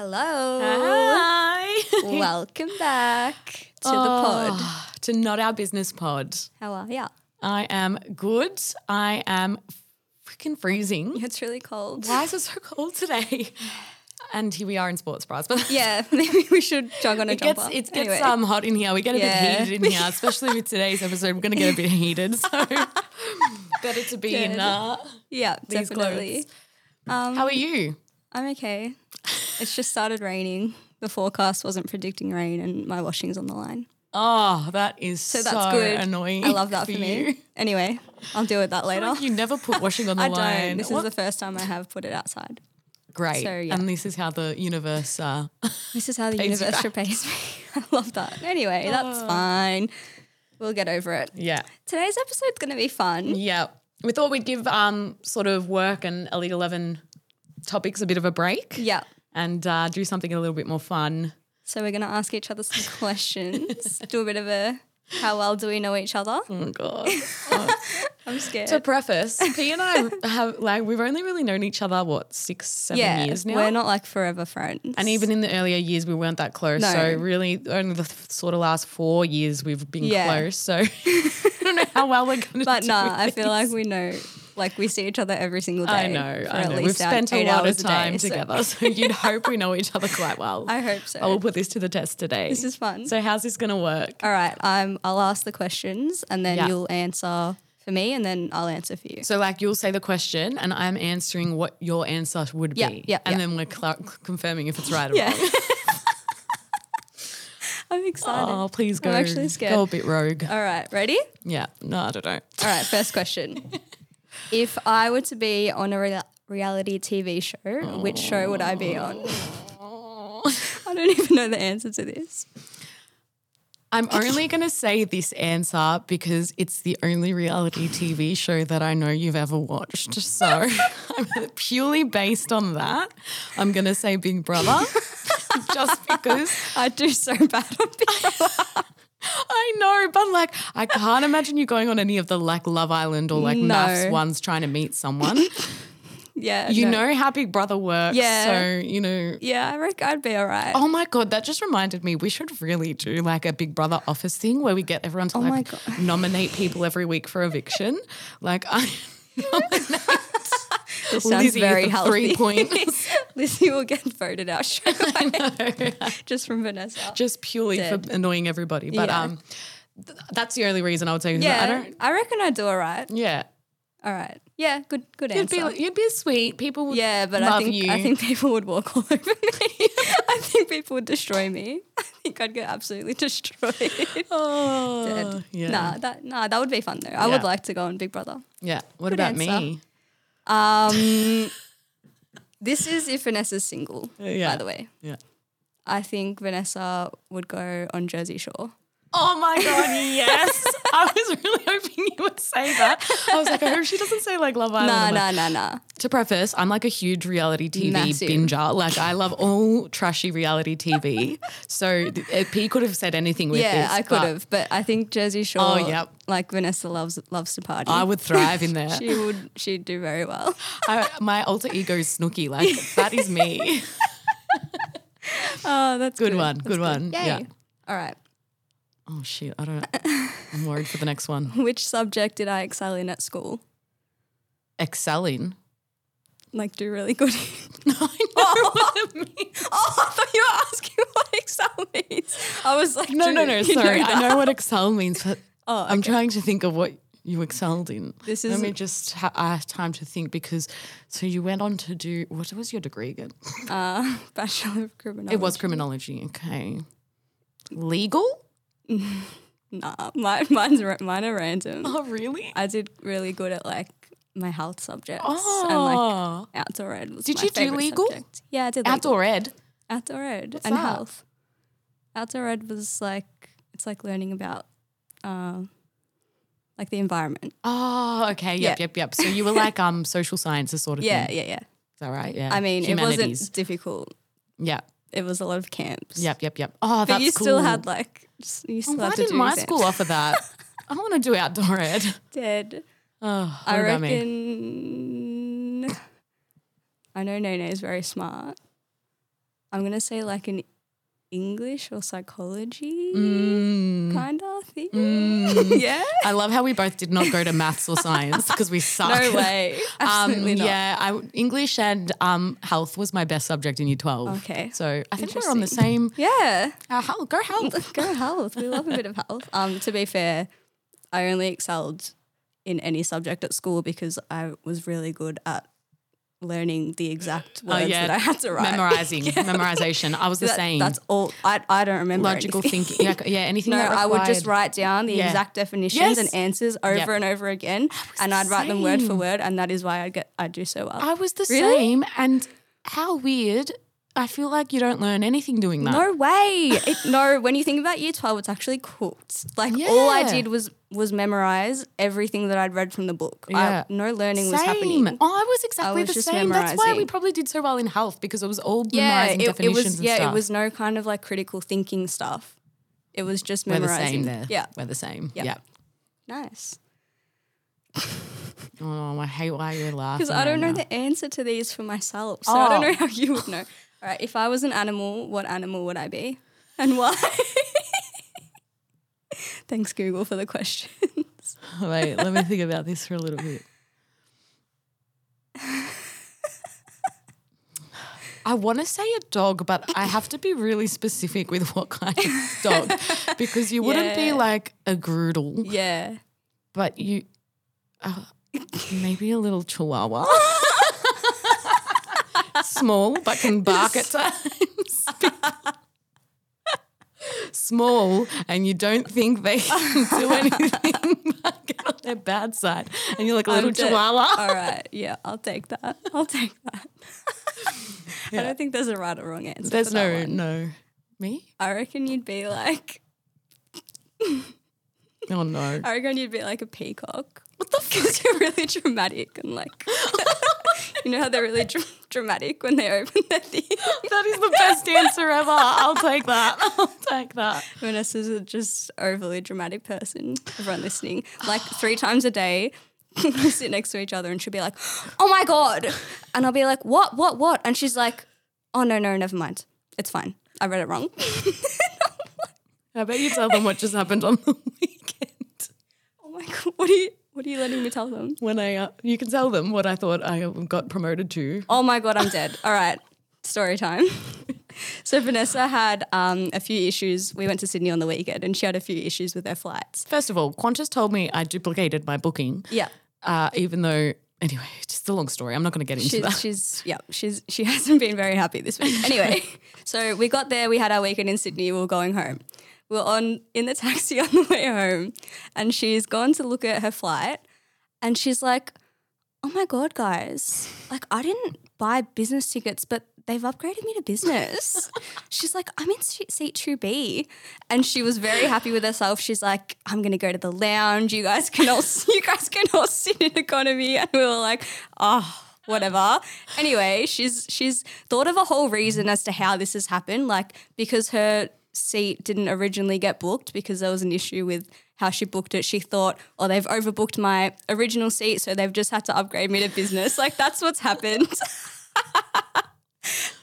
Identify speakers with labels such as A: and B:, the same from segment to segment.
A: Hello.
B: Hi.
A: Welcome back to the pod.
B: Oh, To Not Our Business Pod.
A: How are ya?
B: I am good. I am freaking freezing.
A: It's really cold.
B: Why is it so cold today? And here we are in sports bras. But
A: Yeah, maybe we should jog on a
B: it gets,
A: jumper.
B: it gets
A: Anyway.
B: um, hot in here. We get a
A: Yeah.
B: bit heated in here, especially with today's episode. We're going to get a bit heated. So better to be in
A: Good. Um,
B: uh,
A: yeah,
B: these
A: definitely.
B: clothes. How are you?
A: I'm okay. It's just started raining. The forecast wasn't predicting rain, and my washing's on the line.
B: Oh, that is so,
A: So that's good.
B: annoying.
A: I love that for,
B: you.
A: me. Anyway, I'll deal with that later.
B: Like you never put washing on the
A: I
B: line.
A: don't. This is
B: What-
A: the first time I have put it outside.
B: Great.
A: so, yeah.
B: And this is how the universe uh,
A: This is how the
B: Pays you
A: universe
B: back.
A: repays me. I love that. Anyway, that's fine. We'll get over it.
B: Yeah.
A: Today's episode's going to be fun.
B: Yeah. We thought we'd give um, sort of work and Elite 11 topics a bit of a break
A: Yeah.
B: and uh, do something a little bit more fun.
A: So we're going to ask each other some questions, do a bit of a how well do we know each other?
B: Oh, God.
A: I'm scared.
B: to preface, P and I have, like, we've only really known each other, what, six, seven
A: yeah,
B: years now?
A: we're not like forever friends.
B: and even in the earlier years, we weren't that close.
A: No.
B: So, really, only the th- sort of last four years we've been
A: Yeah.
B: close. So, I don't know how well we're going to
A: but
B: do
A: nah, I
B: with
A: feel
B: this.
A: like we know, like we see each other every single day.
B: I know,
A: for
B: I
A: at
B: know.
A: least
B: We've
A: out-
B: spent a
A: eight
B: lot of
A: hours day,
B: time
A: so
B: together, so you'd hope we know each other quite well.
A: I hope so.
B: I will put this to the test today.
A: This is fun.
B: So how's this going to work?
A: All right, I'm, I'll ask the questions and then
B: Yeah.
A: you'll answer for me and then I'll answer for you.
B: So like you'll say the question and I'm answering what your answer would be.
A: Yeah, yeah,
B: and
A: yeah.
B: then we're cla- confirming if it's right or
A: Yeah.
B: wrong.
A: I'm excited.
B: Oh, please go.
A: I'm actually scared.
B: Go a bit rogue.
A: All right, ready?
B: Yeah. No, I don't know.
A: All right, first question. if I were to be on a rea- reality TV show, which show would I be on? I don't even know the answer to this.
B: I'm only going to say this answer because it's the only reality TV show that I know you've ever watched. So, purely based on that, I'm going to say Big Brother just because
A: I do so bad on Big Brother.
B: I know, but like I can't imagine you going on any of the like Love Island or like
A: No.
B: Maths ones trying to meet someone.
A: Yeah.
B: You
A: no.
B: know how Big Brother works,
A: Yeah.
B: so you know.
A: Yeah, I reckon I'd be all right.
B: Oh my god, that just reminded me. We should really do like a Big Brother office thing where we get everyone to
A: Oh my
B: like
A: God.
B: nominate people every week for eviction. like I
A: this sounds
B: Lizzie
A: very
B: for
A: healthy.
B: three points,
A: Lizzie will get voted out straight away just from Vanessa.
B: just purely
A: Dead.
B: for annoying everybody. But
A: Yeah.
B: um, th- that's the only reason I would say
A: yeah,
B: I don't.
A: reckon I'd do all right.
B: Yeah,
A: All right. Yeah, good good
B: you'd
A: answer.
B: be you'd be sweet. People would
A: yeah, but
B: love
A: I think
B: you.
A: I think people would walk all over me. I think people would destroy me. I think I'd get absolutely destroyed.
B: Oh,
A: Dead.
B: yeah.
A: Nah, that nah, that would be fun though. I
B: Yeah.
A: would like to go on Big Brother.
B: Yeah. What
A: Good
B: about
A: answer.
B: me?
A: Um, this is if Vanessa's single.
B: Uh, Yeah.
A: By the way,
B: Yeah.
A: I think Vanessa would go on Jersey Shore.
B: Oh my god, yes. I was really hoping you would say that. I was like, I hope she doesn't say like Love Island.
A: Nah,
B: I'm like-
A: nah, nah, nah.
B: To preface, I'm like a huge reality TV
A: Massive.
B: binger. Like I love all trashy reality TV. So th- uh, P could have said anything with
A: Yeah,
B: this.
A: I
B: but
A: could have, but I think Jersey Shore.
B: Oh, yep.
A: Like Vanessa loves loves to party.
B: I would thrive in there.
A: she would. She'd do very well.
B: I, my alter ego is Snooky. Like that is me.
A: Oh, that's
B: Ah, Good one. Good one.
A: Yay.
B: Yeah.
A: All right.
B: Oh shit. I don't. I'm worried for the next one.
A: Which subject did I excel in at school?
B: Excelling.
A: Like, do really good.
B: No, I know what I mean.
A: oh, I thought you were asking what excel means. I was like,
B: No,
A: dude,
B: no, no.
A: you
B: Sorry,
A: that.
B: I know what Excel means, but
A: Oh,
B: I'm trying to think of what you excelled in.
A: This
B: Let
A: is-
B: me just ha- I have time to think because. So you went on to do what was your degree again?
A: Uh, Bachelor of Criminology.
B: It was criminology. Okay, legal.
A: Nah, mine, mine's ra- mine are random.
B: Oh really?
A: I did really good at like my health subjects and like
B: Oh,
A: outdoor ed. Was
B: Did
A: my
B: you do
A: favourite
B: legal?
A: subject. Yeah, I did legal.
B: outdoor ed.
A: outdoor ed
B: What's
A: and
B: that?
A: health. Outdoor ed was like it's like learning about uh, like the environment.
B: Oh, okay. Yep,
A: Yeah.
B: yep, yep. So you were like um social sciences sort of
A: Yeah,
B: thing.
A: yeah, yeah.
B: Is that right? Yeah.
A: I mean, it
B: Humanities.
A: wasn't difficult.
B: Yeah.
A: It was a lot of camps.
B: Yep, yep, yep.
A: but
B: Oh, that's
A: you still
B: cool.
A: had like s- you still
B: Why
A: had to
B: didn't
A: do
B: my
A: exams.
B: school offer that? I want to do outdoor ed.
A: Dead.
B: Oh, what
A: I
B: about me?
A: reckon. I know Nene is very smart, I'm gonna say like an English or psychology
B: Mm.
A: kind of thing. yeah.
B: I love how we both did not go to maths or science because we suck.
A: No way. Absolutely
B: um,
A: not.
B: Yeah, I, English and um, health was my best subject in year 12.
A: Okay.
B: So I think we're on the same.
A: Yeah.
B: Uh, health, go health.
A: Go health. We love a bit of health. Um, to be fair, I only excelled in any subject at school because I was really good at learning the exact words
B: Oh, yeah.
A: that I had to write.
B: Memorizing, memorization. I was the
A: That-
B: same.
A: That's all. I, I don't remember
B: Logical
A: anything.
B: thinking. Yeah, yeah anything
A: No,
B: that
A: I would just
B: required-
A: write down the
B: Yeah.
A: exact definitions
B: Yes.
A: and answers over
B: Yep.
A: and over again, and I'd write them word for
B: same.
A: word, and that is why I get I do so well.
B: I was the
A: Really?
B: same. And how weird. I feel like you don't learn anything doing that.
A: No way. It, no, when you think about year 12, it's actually cooked. Like all I
B: Yeah.
A: did was was memorize everything that I'd read from the book.
B: Yeah.
A: I, no learning was happening.
B: Oh, I was exactly
A: was
B: the
A: just
B: same. That's why we
A: memorising.
B: probably did so well in health because it was all
A: Yeah,
B: memorizing
A: it, it
B: definitions
A: was
B: and
A: yeah,
B: stuff.
A: it was no kind of like critical thinking stuff. It was just
B: We're the
A: memorizing.
B: same there.
A: Yeah.
B: We're the same.
A: Yeah.
B: Yeah.
A: Nice.
B: Oh, I hate why you're laughing.
A: Because I don't know
B: right
A: the answer to these for myself. So I don't
B: Oh.
A: know how you would know. All right, if I was an animal, what animal would I be? And why? Thanks, Google, for the question.
B: now. Wait, let me think about this for a little bit. I want to say a dog, but I have to be really specific with what kind of dog because you wouldn't be
A: Yeah.
B: like a groodle,
A: Yeah.
B: but you uh, maybe a little chihuahua. Small, but can bark at times. Small, and you don't think they can do anything but get on their bad side. And you're like a little
A: dead.
B: chihuahua.
A: All right. Yeah, I'll take that. I'll take that. I don't think there's a right or wrong answer.
B: There's
A: for that
B: no,
A: one.
B: no. Me?
A: I reckon you'd be like.
B: Oh, no.
A: I reckon you'd be like a peacock. What the fuck? You're really dramatic and like. you know how they're really dr- dramatic when they open their thing.
B: That is the best answer ever. I'll take that. I'll take that.
A: Vanessa's a just overly dramatic person. Everyone listening, like three times a day, we sit next to each other, and she'll be like, "Oh my god," and I'll be like, "What? What? What?" And she's like, "Oh no, no, never mind. It's fine. I read it wrong."
B: I bet you tell them what just happened on the weekend.
A: oh my god, what are you? What are you letting me tell them?
B: When I, uh, you can tell them what I thought I got promoted to.
A: Oh my god, I'm dead. All right, story time. So Vanessa had um, a few issues. We went to Sydney on the weekend, and she had a few issues with her flights.
B: First of all, Qantas told me I duplicated my booking.
A: Yeah,
B: Uh, even though, anyway, it's just a long story. I'm not going to get into that.
A: she's, she's yeah, she's she hasn't been very happy this week. Anyway, so we got there, we had our weekend in Sydney, we were going home. We were on in the taxi on the way home, and she's gone to look at her flight, and she's like, "Oh my god, guys! Like I didn't buy business tickets, but." They've upgraded me to business. She's like, I'm in seat seat 2B. And she was very happy with herself. She's like, I'm going to go to the lounge. You guys can all, you guys can all sit in economy. And we were like, oh, whatever. Anyway, she's she's thought of a whole reason as to how this has happened, like because her seat didn't originally get booked because there was an issue with how she booked it. She thought, "Oh, they've overbooked my original seat, so they've just had to upgrade me to business." Like that's what's happened.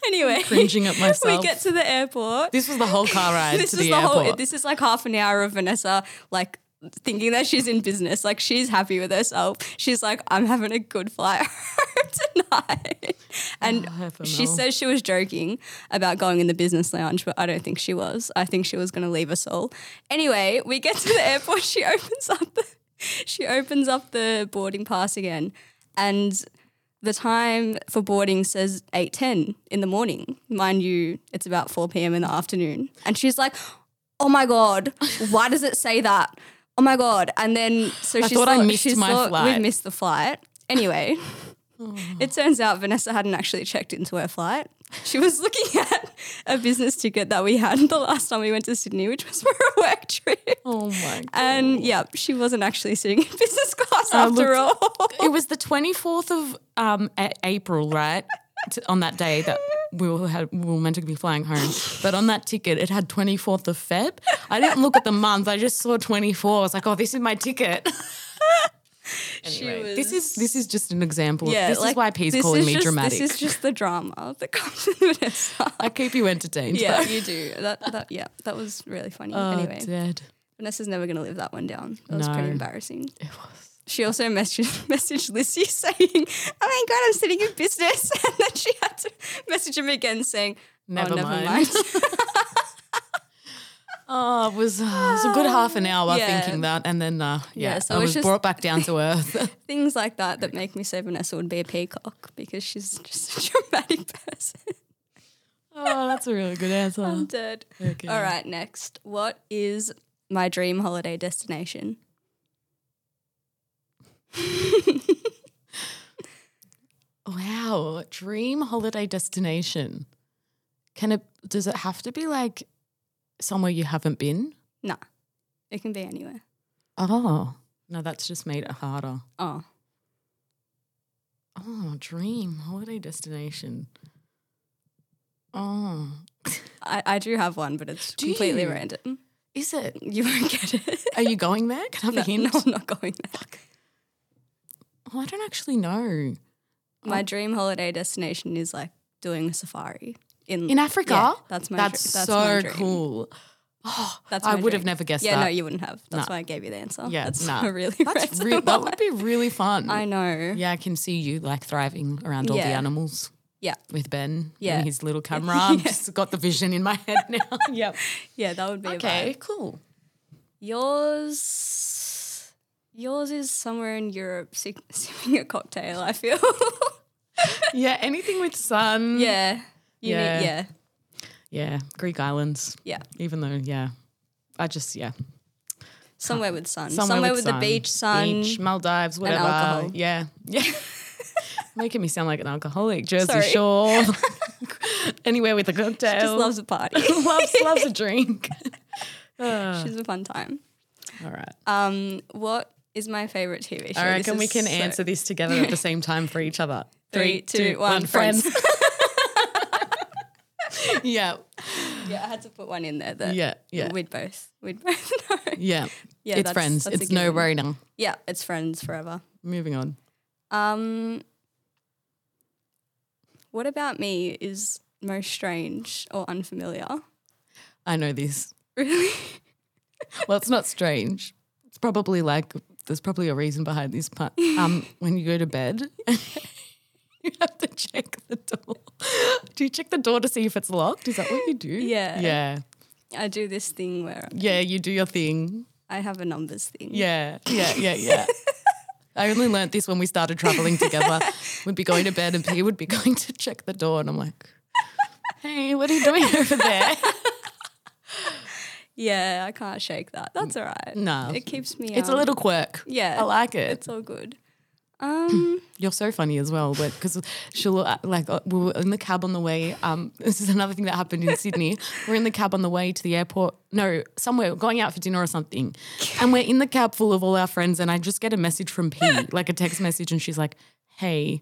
A: anyway,
B: Cringing at
A: we
B: myself.
A: get to the airport
B: this was the whole car ride
A: this
B: to
A: is
B: the,
A: the
B: airport.
A: whole. This is like half an hour of Vanessa like thinking that she's in business. Like she's happy with herself. She's like, I'm having a good flight tonight. And
B: FML.
A: she says she was joking about going in the business lounge, but I don't think she was. I think she was going to leave us all. Anyway, we get to the airport. She opens up the. She opens up the boarding pass again, and the time for boarding says 8.10 in the morning mind you it's about 4 p.m in the afternoon and she's like oh my god why does it say that oh my god and then so she's
B: thought I
A: thought,
B: missed
A: she's
B: my
A: thought
B: flight.
A: we missed the flight anyway it turns out vanessa hadn't actually checked into her flight she was looking at a business ticket that we had the last time we went to sydney which was for a work trip
B: oh my god!
A: and yeah she wasn't actually sitting in business class
B: I
A: after all
B: it was the 24th of um, A- April, right? T- on that day that we were, had, we were meant to be flying home, but on that ticket it had 24th of Feb. I didn't look at the month; I just saw 24. I was like, "Oh, this is my ticket." Anyway, this is this is just an example.
A: Yeah,
B: this is
A: like,
B: why P's
A: this
B: calling
A: is
B: me
A: just-
B: dramatic.
A: This is just the drama that comes with Vanessa.
B: I keep you entertained.
A: yeah,
B: though.
A: you do. That, that yeah, that was really funny.
B: Oh,
A: anyway,
B: dead.
A: Vanessa's never gonna live that one down. That was
B: No.
A: pretty embarrassing.
B: It was.
A: She also messaged, messaged Lizzie saying, "Oh my god, I'm sitting in business," and then she had to message him again saying, "Oh,
B: Never
A: never
B: mind."
A: mind."
B: Oh, it was, uh, it was a good half an hour
A: Yeah.
B: thinking that, and then uh, yeah,
A: Yeah, so
B: I
A: it's
B: was
A: just-
B: brought back down to earth.
A: Things like that that make me say Vanessa would be a peacock because she's just a dramatic person.
B: oh, that's a really good
A: I'm
B: answer.
A: dead.
B: Okay.
A: Um, All right, next. What is my dream holiday destination?
B: Wow, dream holiday destination. Can it? Does it have to be like somewhere you haven't been?
A: Nah, it can be anywhere.
B: Oh, no, that's just made it harder.
A: Oh,
B: Oh, dream holiday destination. Oh,
A: I, I do have one, but it's
B: Do
A: completely
B: you?
A: random.
B: is it?
A: You won't get it.
B: Are you going there? Can I have
A: no,
B: a hint?
A: no, I'm not going there.
B: Oh, I don't actually
A: Mm.
B: know.
A: My dream holiday destination is like doing a safari in
B: In Africa?
A: Yeah, that's my
B: That's,
A: dream. That's
B: so
A: my dream.
B: cool. Oh,
A: That's
B: I
A: my
B: would have
A: dream.
B: never guessed
A: Yeah,
B: that.
A: no, you wouldn't have. That's
B: Nah.
A: why I gave you the answer.
B: Yeah,
A: that's
B: nah.
A: a really
B: That's
A: random
B: re- that
A: one.
B: would be really fun.
A: I know.
B: yeah, I can see you like thriving around all the
A: Yeah.
B: animals
A: Yeah,
B: with Ben
A: Yeah.
B: and his little camera. I've just got the vision in my head now. yep.
A: yeah, that would be okay.
B: Okay, cool.
A: Yours, yours is somewhere in Europe, si- sipping a cocktail. I feel.
B: Yeah, anything with sun.
A: yeah. You
B: Yeah.
A: Need, yeah.
B: Yeah, Greek islands.
A: Yeah.
B: Even though, yeah, I just, yeah.
A: Somewhere with sun. Somewhere, with,
B: sun.
A: the beach, sun.
B: beach, Maldives, whatever.
A: alcohol.
B: Yeah, yeah. Making me sound like an alcoholic. Jersey
A: Sorry.
B: Shore, anywhere with a cocktail.
A: Just loves a party.
B: loves loves a drink. Uh,
A: She's a fun time.
B: all right.
A: Um, what is my favorite TV show?
B: I
A: This
B: reckon we
A: is
B: can
A: so-
B: answer this together at the same time for each other.
A: Three, two, one.
B: yeah,
A: Yeah, I had to put one in there. That
B: Yeah, yeah.
A: We'd both. We'd both know.
B: yeah.
A: Yeah,
B: it's
A: that's-
B: friends.
A: that's a
B: It's no
A: given.
B: brainer.
A: Yeah, it's friends forever.
B: Moving on.
A: Um, what about me is most strange or unfamiliar?
B: I know this.
A: Really?
B: Well, it's not strange. It's probably like there's probably a reason behind this. But um, when you go to bed, you have to check the door. Do you check the door to see if it's locked? Is that what you do?
A: Yeah.
B: Yeah.
A: I do this thing where
B: Yeah. You do your thing.
A: I have a numbers thing.
B: Yeah. Yeah. Yeah. Yeah. I only learnt this when we started traveling together. We'd be going to bed and he would be going to check the door. And I'm like, hey, what are you doing over there?
A: Yeah, I can't shake that. That's all right.
B: No.
A: It keeps me
B: It's a
A: um,
B: little quirk.
A: Yeah.
B: I like it.
A: It's all good. Um,
B: You're so funny as well, but because she'll uh, like uh, we were in the cab on the way. Um, this is another thing that happened in Sydney. We're in the cab on the way to the airport. No, somewhere going out for dinner or something, and we're in the cab full of all our friends. And I just get a message from P, like a text message, and she's like, "Hey,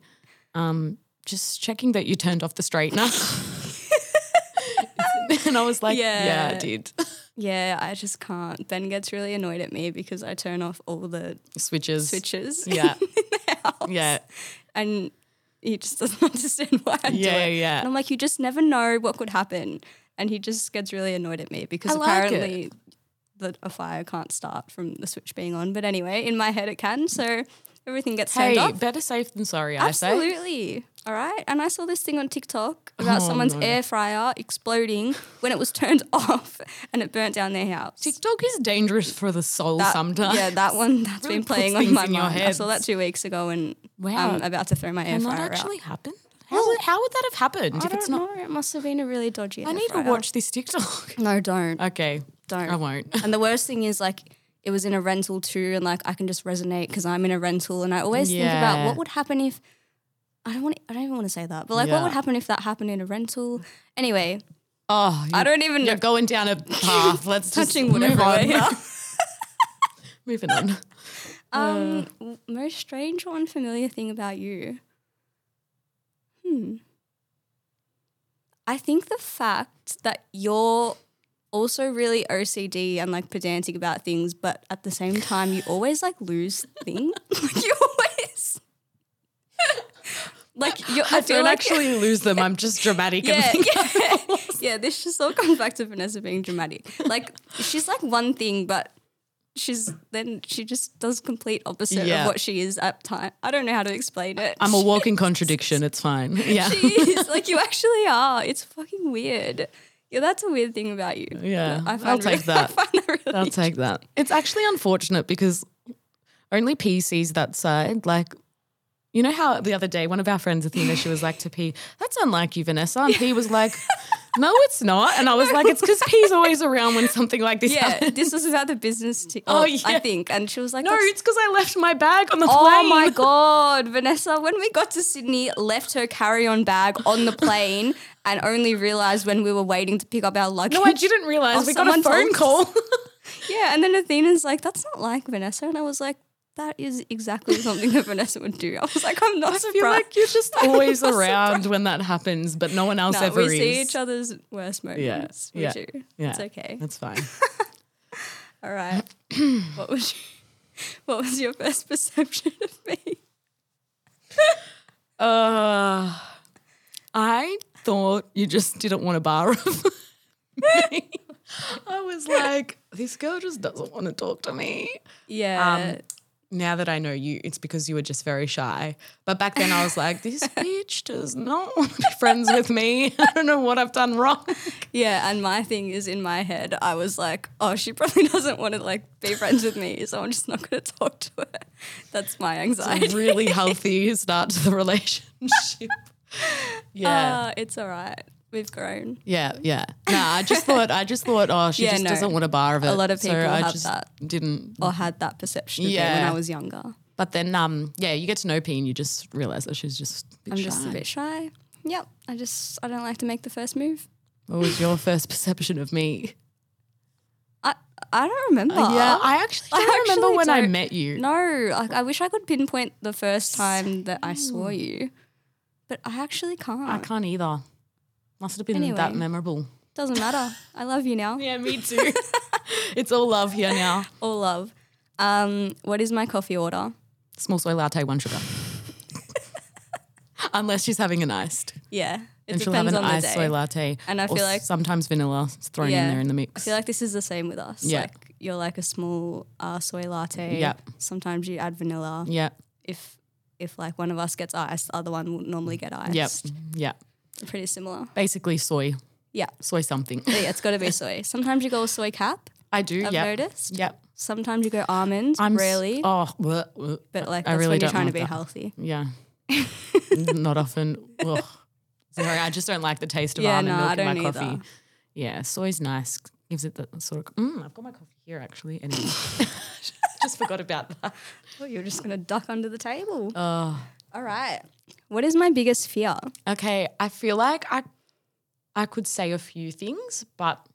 B: um, just checking that you turned off the straightener." and I was like,
A: Yeah.
B: "Yeah, I did."
A: yeah, I just can't. Ben gets really annoyed at me because I turn off all the
B: Switches.
A: switches.
B: Yeah. Yeah.
A: and he just doesn't understand why I do
B: Yeah,
A: it.
B: yeah.
A: And I'm like, you just never know what could happen. And he just gets really annoyed at me because
B: I like it.
A: apparently that a fire can't start from the switch being on. But anyway, in my head it can, so everything gets turned
B: Hey,
A: off.
B: better safe than sorry. I say.
A: Absolutely. All right. And I saw this thing on TikTok about
B: Oh,
A: someone's
B: no.
A: air fryer exploding when it was turned off and it burnt down their house.
B: TikTok is dangerous for the soul
A: That-
B: sometimes.
A: Yeah, that one that's
B: Really
A: been
B: puts
A: playing on
B: things
A: my
B: in your
A: mind. I saw that
B: heads.
A: two weeks ago and
B: Wow.
A: I'm about to throw my air
B: Can that
A: fryer out.
B: actually happen? How would, how would that have happened
A: I
B: if
A: don't
B: it's not?
A: know. It must have been a really dodgy.
B: I need to watch this TikTok.
A: No, don't,
B: okay.
A: don't.
B: I won't. Oh,
A: And the worst thing is like it was in a rental too, and like I can just resonate because I'm in a rental, and I always think
B: Yeah.
A: about what would happen if. I don't want. I don't even want to say that, but like,
B: Yeah.
A: what would happen if that happened in a rental? Anyway,
B: Oh,
A: I
B: you're-
A: don't even
B: You're going down a path. Let's just
A: touching wood
B: move on.
A: everywhere.
B: Moving on.
A: um, w- most strange or unfamiliar thing about you? Hmm. I think the fact that you're also really OCD and like pedantic about things, but at the same time, you always like lose things. like you always. Like you're, I,
B: I
A: feel
B: don't
A: like
B: actually lose them. I'm just dramatic.
A: yeah,
B: and
A: yeah, yeah. This just all comes back to Vanessa being dramatic. Like she's like one thing, but she's then she just does complete opposite
B: Yeah.
A: of what she is at time. I don't know how to explain it.
B: I'm a walking contradiction. It's fine. Yeah.
A: she is like you actually are. It's fucking weird. Yeah, that's a weird thing about you.
B: Yeah,
A: I find
B: I'll take
A: really- I
B: that.
A: find that really
B: I'll take that. It's actually unfortunate because only pee sees that side. Like, you know how the other day one of our friends, Athena, she was like to P, that's unlike you, Vanessa. And P was like, no, it's not. And I was like, it's because P's always around when something like this
A: Yeah,
B: happens.
A: this was about the business team.
B: Oh,
A: Oh,
B: yeah.
A: I think. And she was like,
B: No,
A: "That's-
B: it's because I left my bag on the
A: Oh
B: plane.
A: my god, Vanessa! When we got to Sydney, left her carry-on bag on the plane, and only realized when we were waiting to pick up our luggage.
B: No, I didn't realize
A: Oh,
B: we got a
A: someone
B: phone
A: told
B: call.
A: Yeah, and then Athena's like, "That's not like Vanessa," and I was like, "That is exactly something that Vanessa would do." I was like, "I'm not
B: I feel
A: surprised."
B: like you're just always
A: That's
B: around when that happens, but no one else
A: No,
B: ever
A: we
B: is.
A: see each other's worst moments. we
B: yeah,
A: do.
B: yeah.
A: It's okay.
B: That's fine.
A: All right. what was your, what was your first perception of me?
B: Uh, I thought you just didn't want a bar of me. I was like, this girl just doesn't want to talk to me. Um,
A: Yeah.
B: Now that I know you, it's because you were just very shy. But back then I was like, this bitch does not want to be friends with me. I don't know what I've done wrong.
A: Yeah, and my thing is in my head, I was like, oh, she probably doesn't want to like be friends with me, so I'm just not going to talk to her. That's my anxiety.
B: Really healthy start to the relationship. Yeah.
A: Uh, it's all right. We've grown.
B: Yeah, yeah. No, I just thought I just thought, oh, she
A: Yeah,
B: just
A: no.
B: doesn't want a bar of it.
A: A lot of
B: So
A: people
B: I
A: have
B: just
A: that.
B: didn't
A: Or had that perception of me when
B: Yeah.
A: I was younger.
B: But then, um, yeah, you get to know P and you just realize that she's just. A bit
A: I'm just a
B: shy.
A: bit shy. Yep. I just, I don't like to make the first move.
B: What was your first perception of me?
A: I, I don't remember.
B: yeah, I actually
A: Uh, I
B: don't remember
A: actually
B: when I
A: don't-
B: met you.
A: No, like I wish I could pinpoint the first time that I saw you, but I actually can't.
B: I can't either. Must have been that
A: Anyway.
B: memorable.
A: Doesn't matter. I love you now.
B: Yeah, me too. it's all love here now.
A: All love. Um, what is my coffee order?
B: Small soy latte, one sugar. Unless she's having an iced,
A: Yeah, it
B: and she'll have
A: depends
B: an
A: on the
B: iced
A: day.
B: soy latte,
A: And I
B: or
A: feel like-
B: sometimes vanilla is thrown in
A: Yeah.
B: there in the
A: I
B: mix.
A: feel like this is the same with us.
B: Yeah.
A: Like you're like a small uh, soy latte.
B: Yep.
A: Sometimes you add vanilla.
B: yeah,
A: If if like one of us gets iced, the other one will normally get
B: yep,
A: iced.
B: yeah.
A: Pretty similar.
B: Basically, soy,
A: Yeah.
B: soy something.
A: But yeah, it's got to be soy. Sometimes you go with soy cap.
B: I do.
A: I've
B: yeah,
A: noticed.
B: yeah.
A: Sometimes you go almond.
B: I'm s-
A: rarely.
B: Oh, bleh, bleh.
A: but like
B: I
A: that's
B: really
A: when you're
B: don't
A: trying to
B: like
A: be
B: that.
A: healthy.
B: Yeah. Not often. Ugh. Sorry, I just don't like the taste of
A: Yeah,
B: almond
A: no,
B: milk
A: I
B: in my
A: don't either.
B: coffee. Yeah, soy's nice. Gives it that sort of. Mm, I've got my coffee here actually. Anyway, just forgot about that.
A: Oh, you're just gonna duck under the table.
B: Uh,
A: All right. What is my biggest fear?
B: okay, I feel like I, I could say a few things, but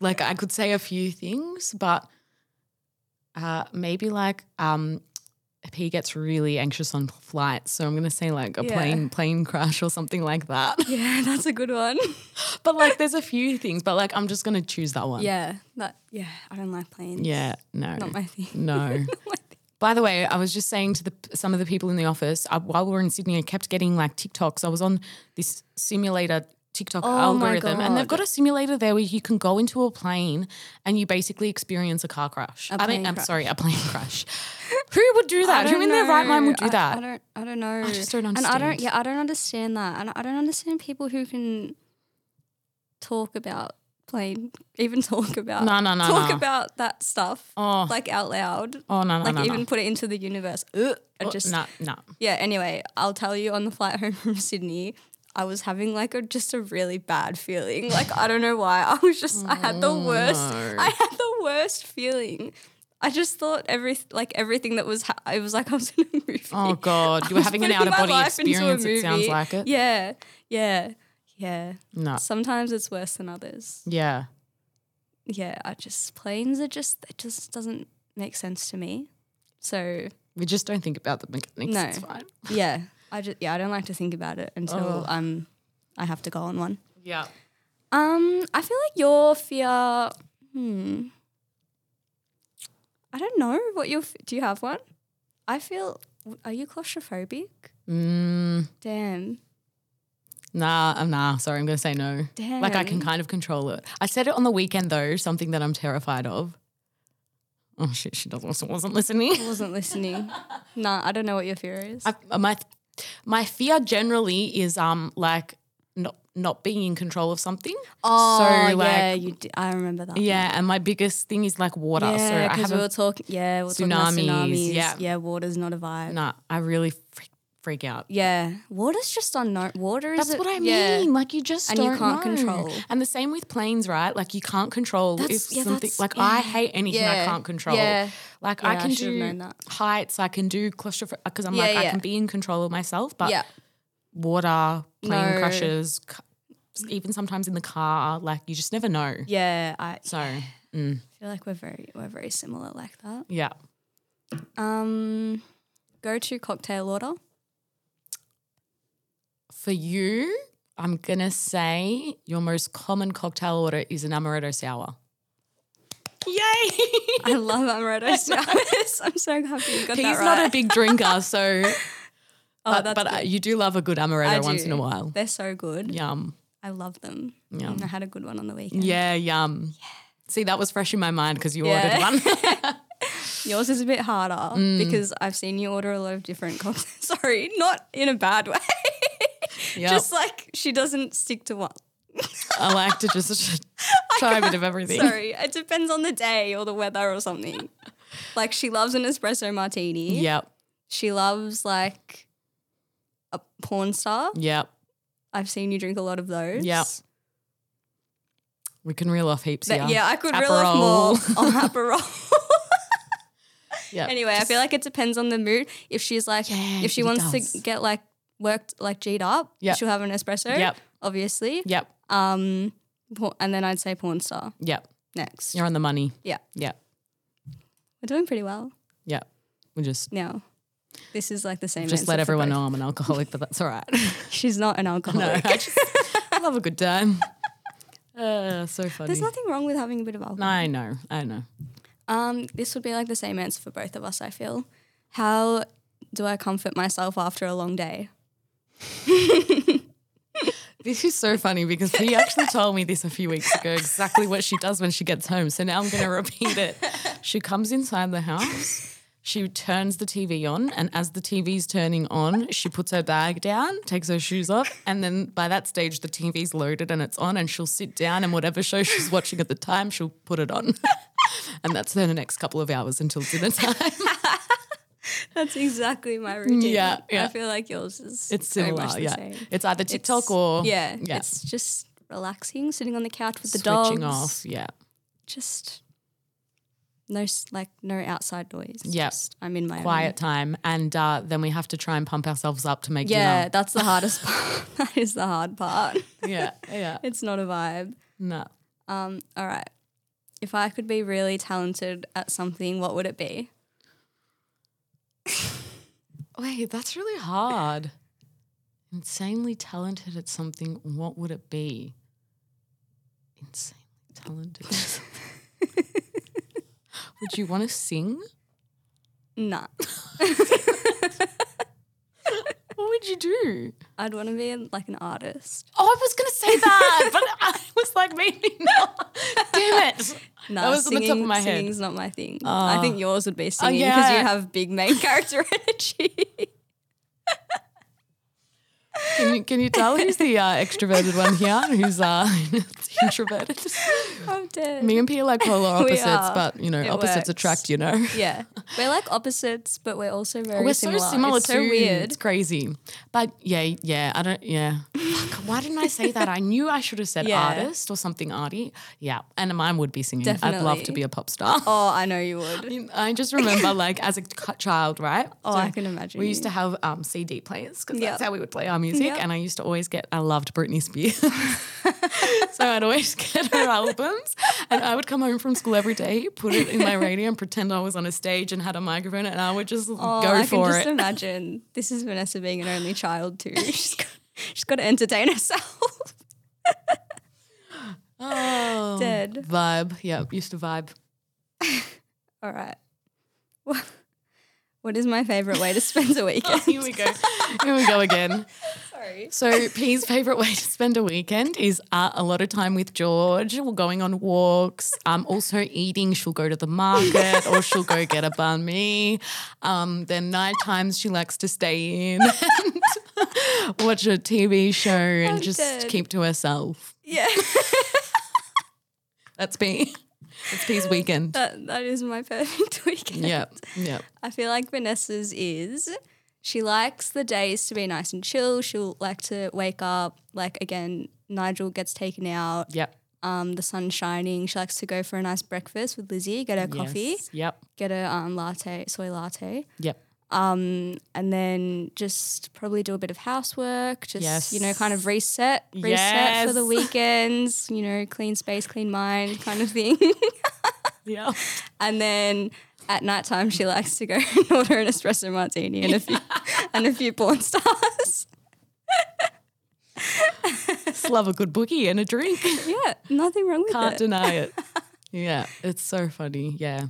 B: like I could say a few things, but uh, maybe like um, he gets really anxious on flights, so I'm gonna say like a
A: Yeah.
B: plane plane crash or something like that.
A: Yeah, that's a good one.
B: but like there's a few things, but like I'm just gonna choose that one.
A: yeah, that. Yeah, I don't like planes.
B: Yeah, no.
A: not my thing.
B: no.
A: Not my thing.
B: By the way, I was just saying to the, some of the people in the office I, while we were in Sydney, I kept getting like TikToks. I was on this simulator TikTok
A: Oh my
B: algorithm, and they've
A: God.
B: got a simulator there where you can go into a plane and you basically experience a car crash. I mean,
A: plane
B: I'm
A: crash.
B: sorry, a plane crash. Who would do that? Who in their right mind would do
A: I-
B: that?
A: I don't. I don't know. I
B: just don't
A: And I
B: understand.
A: don't. Yeah, I don't understand that. And I don't understand people who can talk about plane, even talk about
B: No, no, no,
A: talk
B: no.
A: about that stuff
B: Oh.
A: like out loud.
B: oh no, no,
A: Like
B: no,
A: even
B: no.
A: put it into the universe. Ugh, I
B: Oh,
A: just
B: no, no.
A: yeah. Anyway, I'll tell you on the flight home from Sydney. I was having like a just a really bad feeling. Like I don't know why. I was just I had the worst.
B: Oh, no.
A: I had the worst feeling. I just thought every like everything that was. Ha- it was like I was in a movie.
B: Oh god, you were
A: was
B: having an out
A: putting
B: of
A: my
B: body
A: life into a
B: experience. It sounds
A: movie.
B: like it.
A: Yeah, yeah, yeah.
B: No.
A: Sometimes it's worse than others.
B: Yeah.
A: Yeah, I just planes are just it just doesn't make sense to me. So
B: We just don't think about the mechanics.
A: No.
B: It's fine. Oh.
A: yeah, I just yeah I don't like to think about it until um I have to go on one.
B: Yeah.
A: Um, I feel like your fear. Hmm. I don't know what your. f- Do you have one? I feel. Are you claustrophobic?
B: Mm,
A: Damn.
B: nah, I'm nah. Sorry, I'm going to say no.
A: Damn.
B: Like I can kind of control it. I said it on the weekend though, something that I'm terrified of. Oh shit, she doesn't wasn't listening.
A: I wasn't listening. nah, I don't know what your fear is.
B: I, uh, my my fear generally is um like not not being in control of something.
A: oh,
B: so, like-
A: yeah. You d- I remember that.
B: Yeah, and my biggest thing is like water.
A: Yeah,
B: so I
A: because
B: have
A: we
B: a,
A: were talking. Yeah, we we're talking about
B: Tsunamis,
A: tsunamis.
B: yeah.
A: water's not a vibe.
B: nah, I really freak, freak out.
A: Yeah, water's just unknown. Water is.
B: That's
A: a-
B: what I mean.
A: yeah.
B: Like you just
A: And you
B: don't
A: can't
B: know.
A: control.
B: And the same with planes, right? Like you can't control
A: That's-
B: if
A: yeah,
B: something.
A: that's-
B: Like
A: yeah.
B: I hate anything I
A: Yeah.
B: can't control.
A: Yeah.
B: Like I
A: Yeah, I
B: can
A: should've
B: do
A: known that.
B: heights. I can do claustrophobia because I'm
A: Yeah,
B: like I
A: yeah.
B: can be in control of myself. But
A: Yeah.
B: water, plane
A: No.
B: crashes, ca- even sometimes in the car, like you just never know.
A: Yeah, I
B: So mm,
A: feel like we're very we're very similar like that.
B: yeah.
A: Um, go to cocktail order.
B: For you, I'm gonna say your most common cocktail order is an amaretto sour. Yay!
A: I love amaretto sours. I'm so happy you got
B: He's
A: that right.
B: not a big drinker, so
A: oh,
B: but,
A: that's
B: but, uh,
A: good.
B: you do love a good amaretto
A: I
B: once
A: do.
B: in a while.
A: They're so good.
B: Yum,
A: I love them.
B: Yum.
A: And I had a good one on the weekend.
B: yeah, yum. See, that was fresh in my mind because you
A: Yeah.
B: ordered one.
A: Yours is a bit harder
B: Mm.
A: because I've seen you order a lot of different cocktails. Sorry, not in a bad way.
B: Yep.
A: Just like she doesn't stick to one.
B: I like to just try a bit of everything.
A: Sorry, it depends on the day or the weather or something. like she loves an espresso martini.
B: Yep,
A: She loves like a porn star.
B: yep,
A: I've seen you drink a lot of those.
B: yep. We can reel off heaps
A: That-
B: here.
A: yeah, I could reel off more on Aperol.
B: Yeah.
A: anyway, I feel like it depends on the mood. If she's like,
B: Yeah,
A: if she
B: it
A: wants
B: does.
A: to get like worked, like G'd up,
B: Yep.
A: she'll have an espresso.
B: Yep.
A: Obviously.
B: Yep,
A: Um, por- and then I'd say porn star
B: yep.
A: next.
B: You're on the money.
A: Yeah.
B: Yep,
A: We're doing pretty well
B: yep. We just
A: now. This is like the same.
B: just
A: answer
B: let
A: for
B: everyone
A: both.
B: know I'm an alcoholic, but that's all right.
A: She's not an
B: no,
A: alcoholic.
B: I just I love a good time. Uh, so funny.
A: There's nothing wrong with having a bit of alcohol.
B: I know, I know.
A: Um, this would be like the same answer for both of us, I feel. How do I comfort myself after a long day?
B: This is so funny because he actually told me this a few weeks ago exactly what she does when she gets home. So now I'm going to repeat it. She comes inside the house, she turns the TV on, and as the TV's turning on, she puts her bag down, takes her shoes off, and then by that stage, the TV's loaded and it's on, and she'll sit down and whatever show she's watching at the time, she'll put it on. and that's then the next couple of hours until dinner time.
A: That's exactly my routine.
B: Mm, Yeah, yeah.
A: I feel like yours is
B: It's
A: very
B: similar,
A: much the
B: yeah.
A: same.
B: It's either TikTok or
A: Yeah,
B: yeah,
A: It's just relaxing, sitting on the couch with the
B: switching
A: dogs.
B: off, yeah.
A: Just no s- like no outside noise.
B: Yep.
A: Just I'm in my
B: quiet time, and uh, then we have to try and pump ourselves up to make
A: Own. Yeah, that's the hardest part. that is the hard part.
B: dinner. Yeah, yeah,
A: It's not a vibe.
B: no.
A: Um, all right. If I could be really talented at something, what would it be?
B: Wait, that's really hard. Insanely talented at something. What would it be? Insanely talented. at something. would you want to sing?
A: Nah.
B: What would you do?
A: I'd want to be like an artist.
B: Oh, I was gonna say that, but I was like, maybe not. Damn it!
A: No,
B: was on the top of my head. Ah. Oh,
A: Singing's not my thing. I think yours would be singing because
B: yeah.
A: you have big main character energy.
B: Can you, can you tell who's the uh, extroverted one here? and Who's uh, introverted?
A: I'm dead.
B: Me and P are like polar
A: We
B: opposites,
A: are.
B: but you know,
A: It
B: opposites
A: works.
B: attract. You know,
A: Yeah, we're like opposites, but we're also very
B: Oh, we're
A: similar.
B: so similar.
A: It's so
B: too.
A: weird.
B: It's crazy. But yeah, yeah. I don't. Yeah. Fuck, why didn't I say that? I knew I should have said
A: Yeah.
B: artist or something arty. Yeah, and mine would be singing. I'd love to
A: Definitely.
B: be a pop star.
A: Oh, I know you would.
B: I just remember, like, as a cu- child, right?
A: Oh, I can imagine.
B: We used to have um, CD players because
A: Yep.
B: that's how we would play our music.
A: Yep.
B: And I used to always get, I loved Britney Spears. so I'd always get her albums. And I would come home from school every day, put it in my radio, and pretend I was on a stage and had a microphone. And I would just
A: Oh,
B: go
A: I
B: for
A: can just
B: it.
A: imagine. This is Vanessa being an only child too. she's got, she's got to entertain herself. God.
B: Oh. Vibe. Yeah, used to vibe.
A: All right. Wha- What is my favorite way to spend a weekend?
B: Here we go. Here we go again.
A: Sorry.
B: So P's favorite way to spend a weekend is uh, a lot of time with George. We're going on walks. Um, also eating. She'll go to the market or she'll go get a banh mi. Um, then night times she likes to stay in and watch a TV show and
A: I'm
B: just
A: dead.
B: keep to herself.
A: Yeah,
B: That's P. That's P's weekend.
A: that, that is my perfect weekend.
B: Yep. Yep.
A: I feel like Vanessa's is she likes the days to be nice and chill. She'll like to wake up, like again, Nigel gets taken out,
B: Yep.
A: um, the sun's shining. She likes to go for a nice breakfast with Lizzie, get her coffee,
B: Yes. Yep.
A: get her um, latte, soy latte.
B: Yep.
A: Um, and then just probably do a bit of housework, just,
B: Yes.
A: you know, kind of reset, reset for the
B: Yes.
A: weekends, you know, clean space, clean mind kind of thing.
B: Yep.
A: And then at nighttime, she likes to go and order an espresso martini and a few, and a few porn stars.
B: Just love a good boogie and a drink.
A: yeah, nothing wrong with
B: Can't
A: it.
B: deny it. Yeah, it's so funny. Yeah.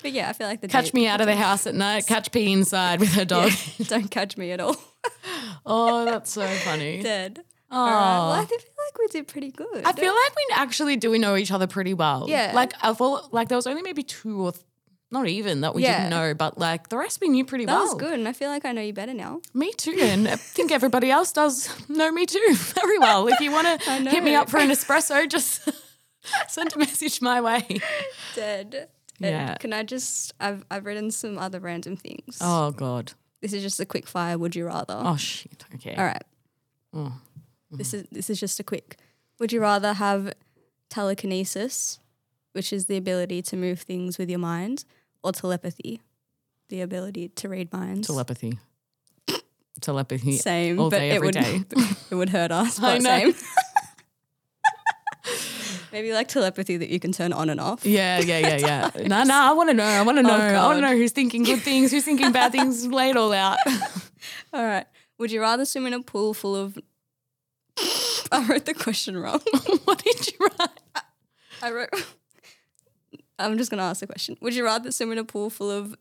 A: But yeah, I feel like the
B: Catch me out of the house at night, catch P inside with her dog.
A: Don't catch me at all.
B: Oh, that's so funny.
A: Dead.
B: Oh.
A: All right. Well, I think- feel like we did pretty good.
B: I feel like we actually do know each other pretty well.
A: Yeah.
B: Like I feel like there was only maybe two or th- not even that we
A: Yeah.
B: didn't know, but like the rest we knew pretty
A: that
B: well.
A: was good, and I feel like I know you better now.
B: Me too, and I think everybody else does know me too very well. If you want to hit me
A: know.
B: up for an espresso, just send a message my way.
A: Dead. Dead.
B: Yeah.
A: Can I just? I've I've written some other random things.
B: Oh God.
A: This is just a quick fire. Would you rather?
B: Oh mm-hmm. shit. Okay.
A: All right. This is this is just a quick. Would you rather have telekinesis, which is the ability to move things with your mind, or telepathy, the ability to read minds?
B: Telepathy. Telepathy.
A: Same,
B: all
A: but
B: day,
A: it
B: every
A: would
B: day.
A: it would hurt us.
B: I
A: But
B: know.
A: same. Maybe like telepathy that you can turn on and off.
B: Yeah, yeah, yeah, yeah. no, no, I want to know. I want to know. I want
A: Oh, God.
B: to know who's thinking good things, who's thinking bad things. Lay it all out.
A: All right. Would you rather swim in a pool full of? I wrote the question wrong.
B: what did you write?
A: I wrote. I'm just gonna ask the question. Would you rather swim in a pool full of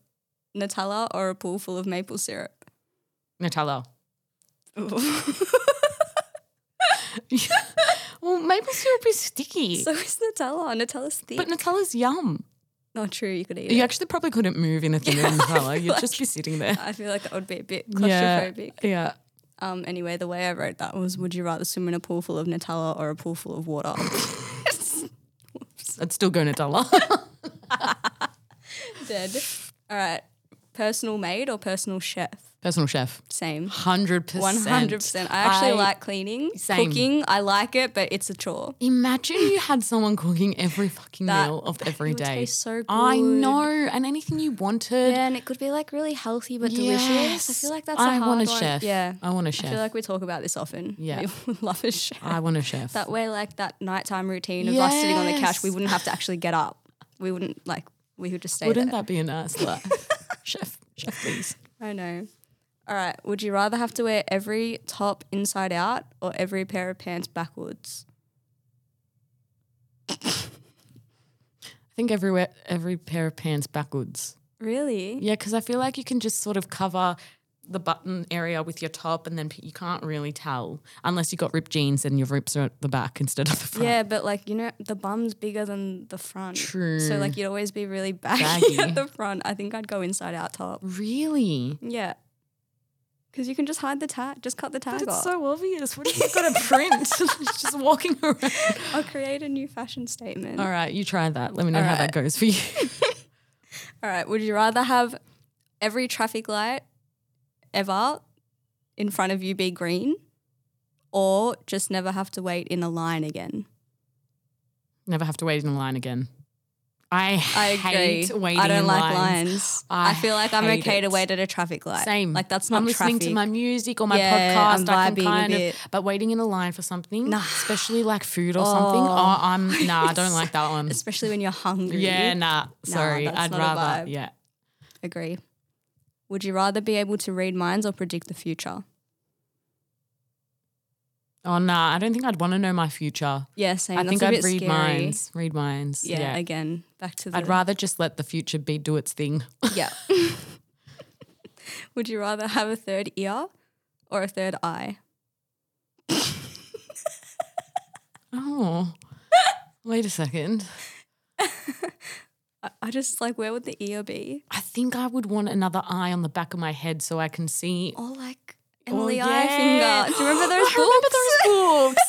A: Nutella or a pool full of maple syrup?
B: Nutella.
A: so
B: well, maple syrup is sticky,
A: is Nutella. Nutella's thick.
B: but Nutella's yum.
A: Not true. You could eat
B: You
A: it.
B: actually probably couldn't move in a thing of Nutella. You'd just be sitting there.
A: I feel like that would be a bit
B: Yeah,
A: claustrophobic.
B: yeah.
A: Um. Anyway, the way I wrote that was: Would you rather swim in a pool full of Nutella or a pool full of water?
B: I'd still go Nutella.
A: Dead. All right. Personal maid or personal chef?
B: Personal chef,
A: Same.
B: hundred percent.
A: One hundred percent. I actually
B: I-
A: like cleaning,
B: Same.
A: cooking. I like it, but it's a chore.
B: Imagine you had someone cooking every fucking
A: That-
B: meal of every
A: it would
B: day.
A: taste so
B: I
A: good.
B: know, and anything you wanted.
A: Yeah, and it could be like really healthy but delicious. I feel like that's a
B: I
A: hard
B: want a
A: one.
B: chef.
A: Yeah.
B: I want a chef.
A: I feel like we talk about this often.
B: Yeah.
A: We love a chef.
B: I want a chef.
A: that way, like that nighttime routine of us sitting on the couch, we
B: Yes.
A: wouldn't have to actually get up. We wouldn't like we would just stay
B: Wouldn't
A: there.
B: that be a nice life? chef, chef, please.
A: I know. All right. Would you rather have to wear every top inside out or every pair of pants backwards?
B: I think everywhere, every pair of pants backwards.
A: Really?
B: Yeah, because I feel like you can just sort of cover the button area with your top, and then p- you can't really tell unless you got ripped jeans and your rips are at the back instead of the front.
A: Yeah, but like you know, the bum's bigger than the front.
B: True.
A: So like you'd always be really baggy,
B: Baggy.
A: at the front. I think I'd go inside out top.
B: Really?
A: Yeah. Because you can just hide the tag, just cut the tag
B: It's
A: off.
B: so obvious. What have you got a print? It's just walking around.
A: I'll create a new fashion statement.
B: All right, you try that. Let me know how that goes for you.
A: All right. Would you rather have every traffic light ever in front of you be green or just never have to wait in a line again?
B: Never have to wait in line again. I,
A: I agree.
B: hate waiting.
A: I don't
B: in
A: like
B: lines.
A: lines. I,
B: I
A: feel like I'm
B: hate
A: okay to
B: it.
A: wait at a traffic light.
B: Same.
A: Like that's not
B: I'm listening
A: traffic.
B: to my music or my
A: Yeah, I'm
B: podcast. I
A: vibing a
B: can kind
A: bit.
B: of, but waiting in a line for something,
A: Nah.
B: especially like food or something. Oh, I'm nah. I don't like that one.
A: Especially when you're hungry.
B: Yeah, nah. Sorry,
A: that's
B: I'd
A: not a
B: rather.
A: vibe.
B: Yeah,
A: Agree. Would you rather be able to read minds or predict the future?
B: Oh nah, I don't think I'd want to know my future.
A: Yeah, same.
B: I
A: That's
B: think
A: a
B: I'd
A: bit
B: read
A: scary.
B: minds. Read minds.
A: Yeah,
B: Yeah.
A: again, back to the
B: I'd rather just let the future be do its thing.
A: yeah. Would you rather have a third ear or a third eye?
B: Oh. Wait a second.
A: I, I just like where would the ear be?
B: I think I would want another eye on the back of my head so I can see.
A: Or like
B: Oh,
A: Emily
B: yeah.
A: Eyfinger. Do you remember those books?
B: I remember those books.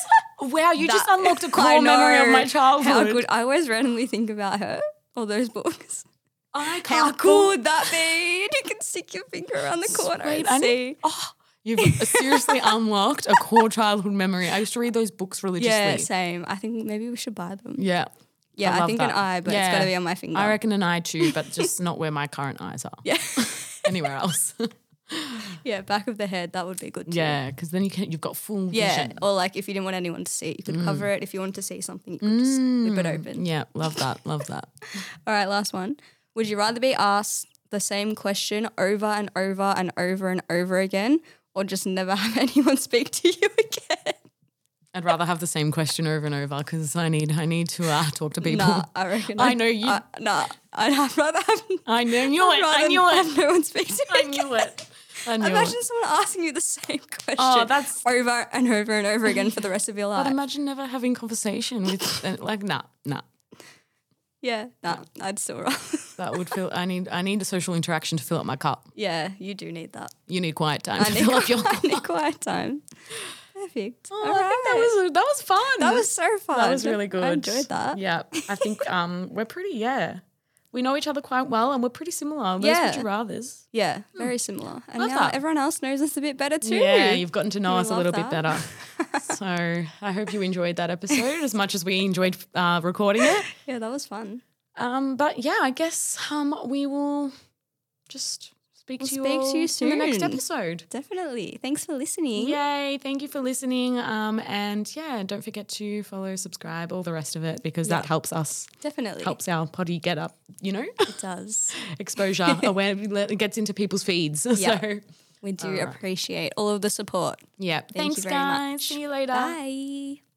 B: wow, you just
A: That-
B: unlocked a
A: I
B: core memory of
A: know.
B: my childhood.
A: How good! I always randomly think about her or those books.
B: I
A: How
B: can't
A: cool would that be? You can stick your finger around the corner
B: Sweet, I
A: and
B: need-
A: see.
B: Oh, you've seriously unlocked a core childhood memory. I used to read those books religiously.
A: Yeah, same. I think maybe we should buy them.
B: Yeah.
A: Yeah, I,
B: love
A: think an
B: that.
A: eye, but it's
B: Yeah.
A: got to be on my finger.
B: I reckon an eye too, but just not where my current eyes are.
A: yeah,
B: Anywhere else.
A: yeah, back of the head. That would be good. Too.
B: yeah, because then you can you've got full
A: Yeah,
B: vision.
A: or like if you didn't want anyone to see, it, you
B: Mm.
A: could cover it. If you wanted to see something, you could just leave it open.
B: Yeah, love that. Love that.
A: All right, last one. Would you rather be asked the same question over and over and over and over again, or just never have anyone speak to you again?
B: I'd rather have the same question over and over because I need I need to uh, talk to people.
A: Nah, I reckon.
B: I
A: I'd-
B: know you-
A: I, nah, I'd have rather have.
B: I knew, knew it. I
A: rather
B: knew it.
A: Have no one speak to me.
B: I knew it. I knew
A: Imagine
B: it. Oh,
A: someone asking you the same question
B: that's-
A: over and over and over again for the rest of your
B: But
A: life.
B: imagine never having conversation with uh, like nah nah.
A: yeah, nah, I'd still rather.
B: That would feel I need I need a social interaction to fill up my cup.
A: yeah, you do need that.
B: You need quiet time
A: I
B: to
A: need,
B: fill up your
A: I need quiet time. Perfect.
B: Oh, I think that was that was fun.
A: that was so fun.
B: that was really good.
A: I enjoyed that.
B: Yeah, I think um we're pretty yeah. We know each other quite well, and we're pretty similar. Those yeah.
A: Yeah.
B: would you rather's.
A: Yeah, very similar. And
B: Hmm. Love
A: now
B: that.
A: everyone else knows us a bit better too.
B: Yeah, you've gotten to know
A: We
B: us a
A: love
B: little bit
A: that.
B: better. so I hope you enjoyed that episode as much as we enjoyed uh, recording it.
A: Yeah, that was fun.
B: Um, but yeah, I guess um we will just speak to you
A: speak to you
B: all in the next
A: soon. Mm-hmm.
B: episode.
A: Definitely. Thanks for listening.
B: Yay, thank you for listening. Um, and yeah, don't forget to follow, subscribe, all the rest of it, because that helps us,
A: Definitely.
B: helps our potty get up, you know,
A: It does.
B: exposure, aware, it gets into people's feeds.
A: Yeah.
B: So,
A: We do appreciate all of the support.
B: yeah.
A: Thank you
B: Thanks,
A: very
B: guys.
A: much.
B: See you later.
A: Bye.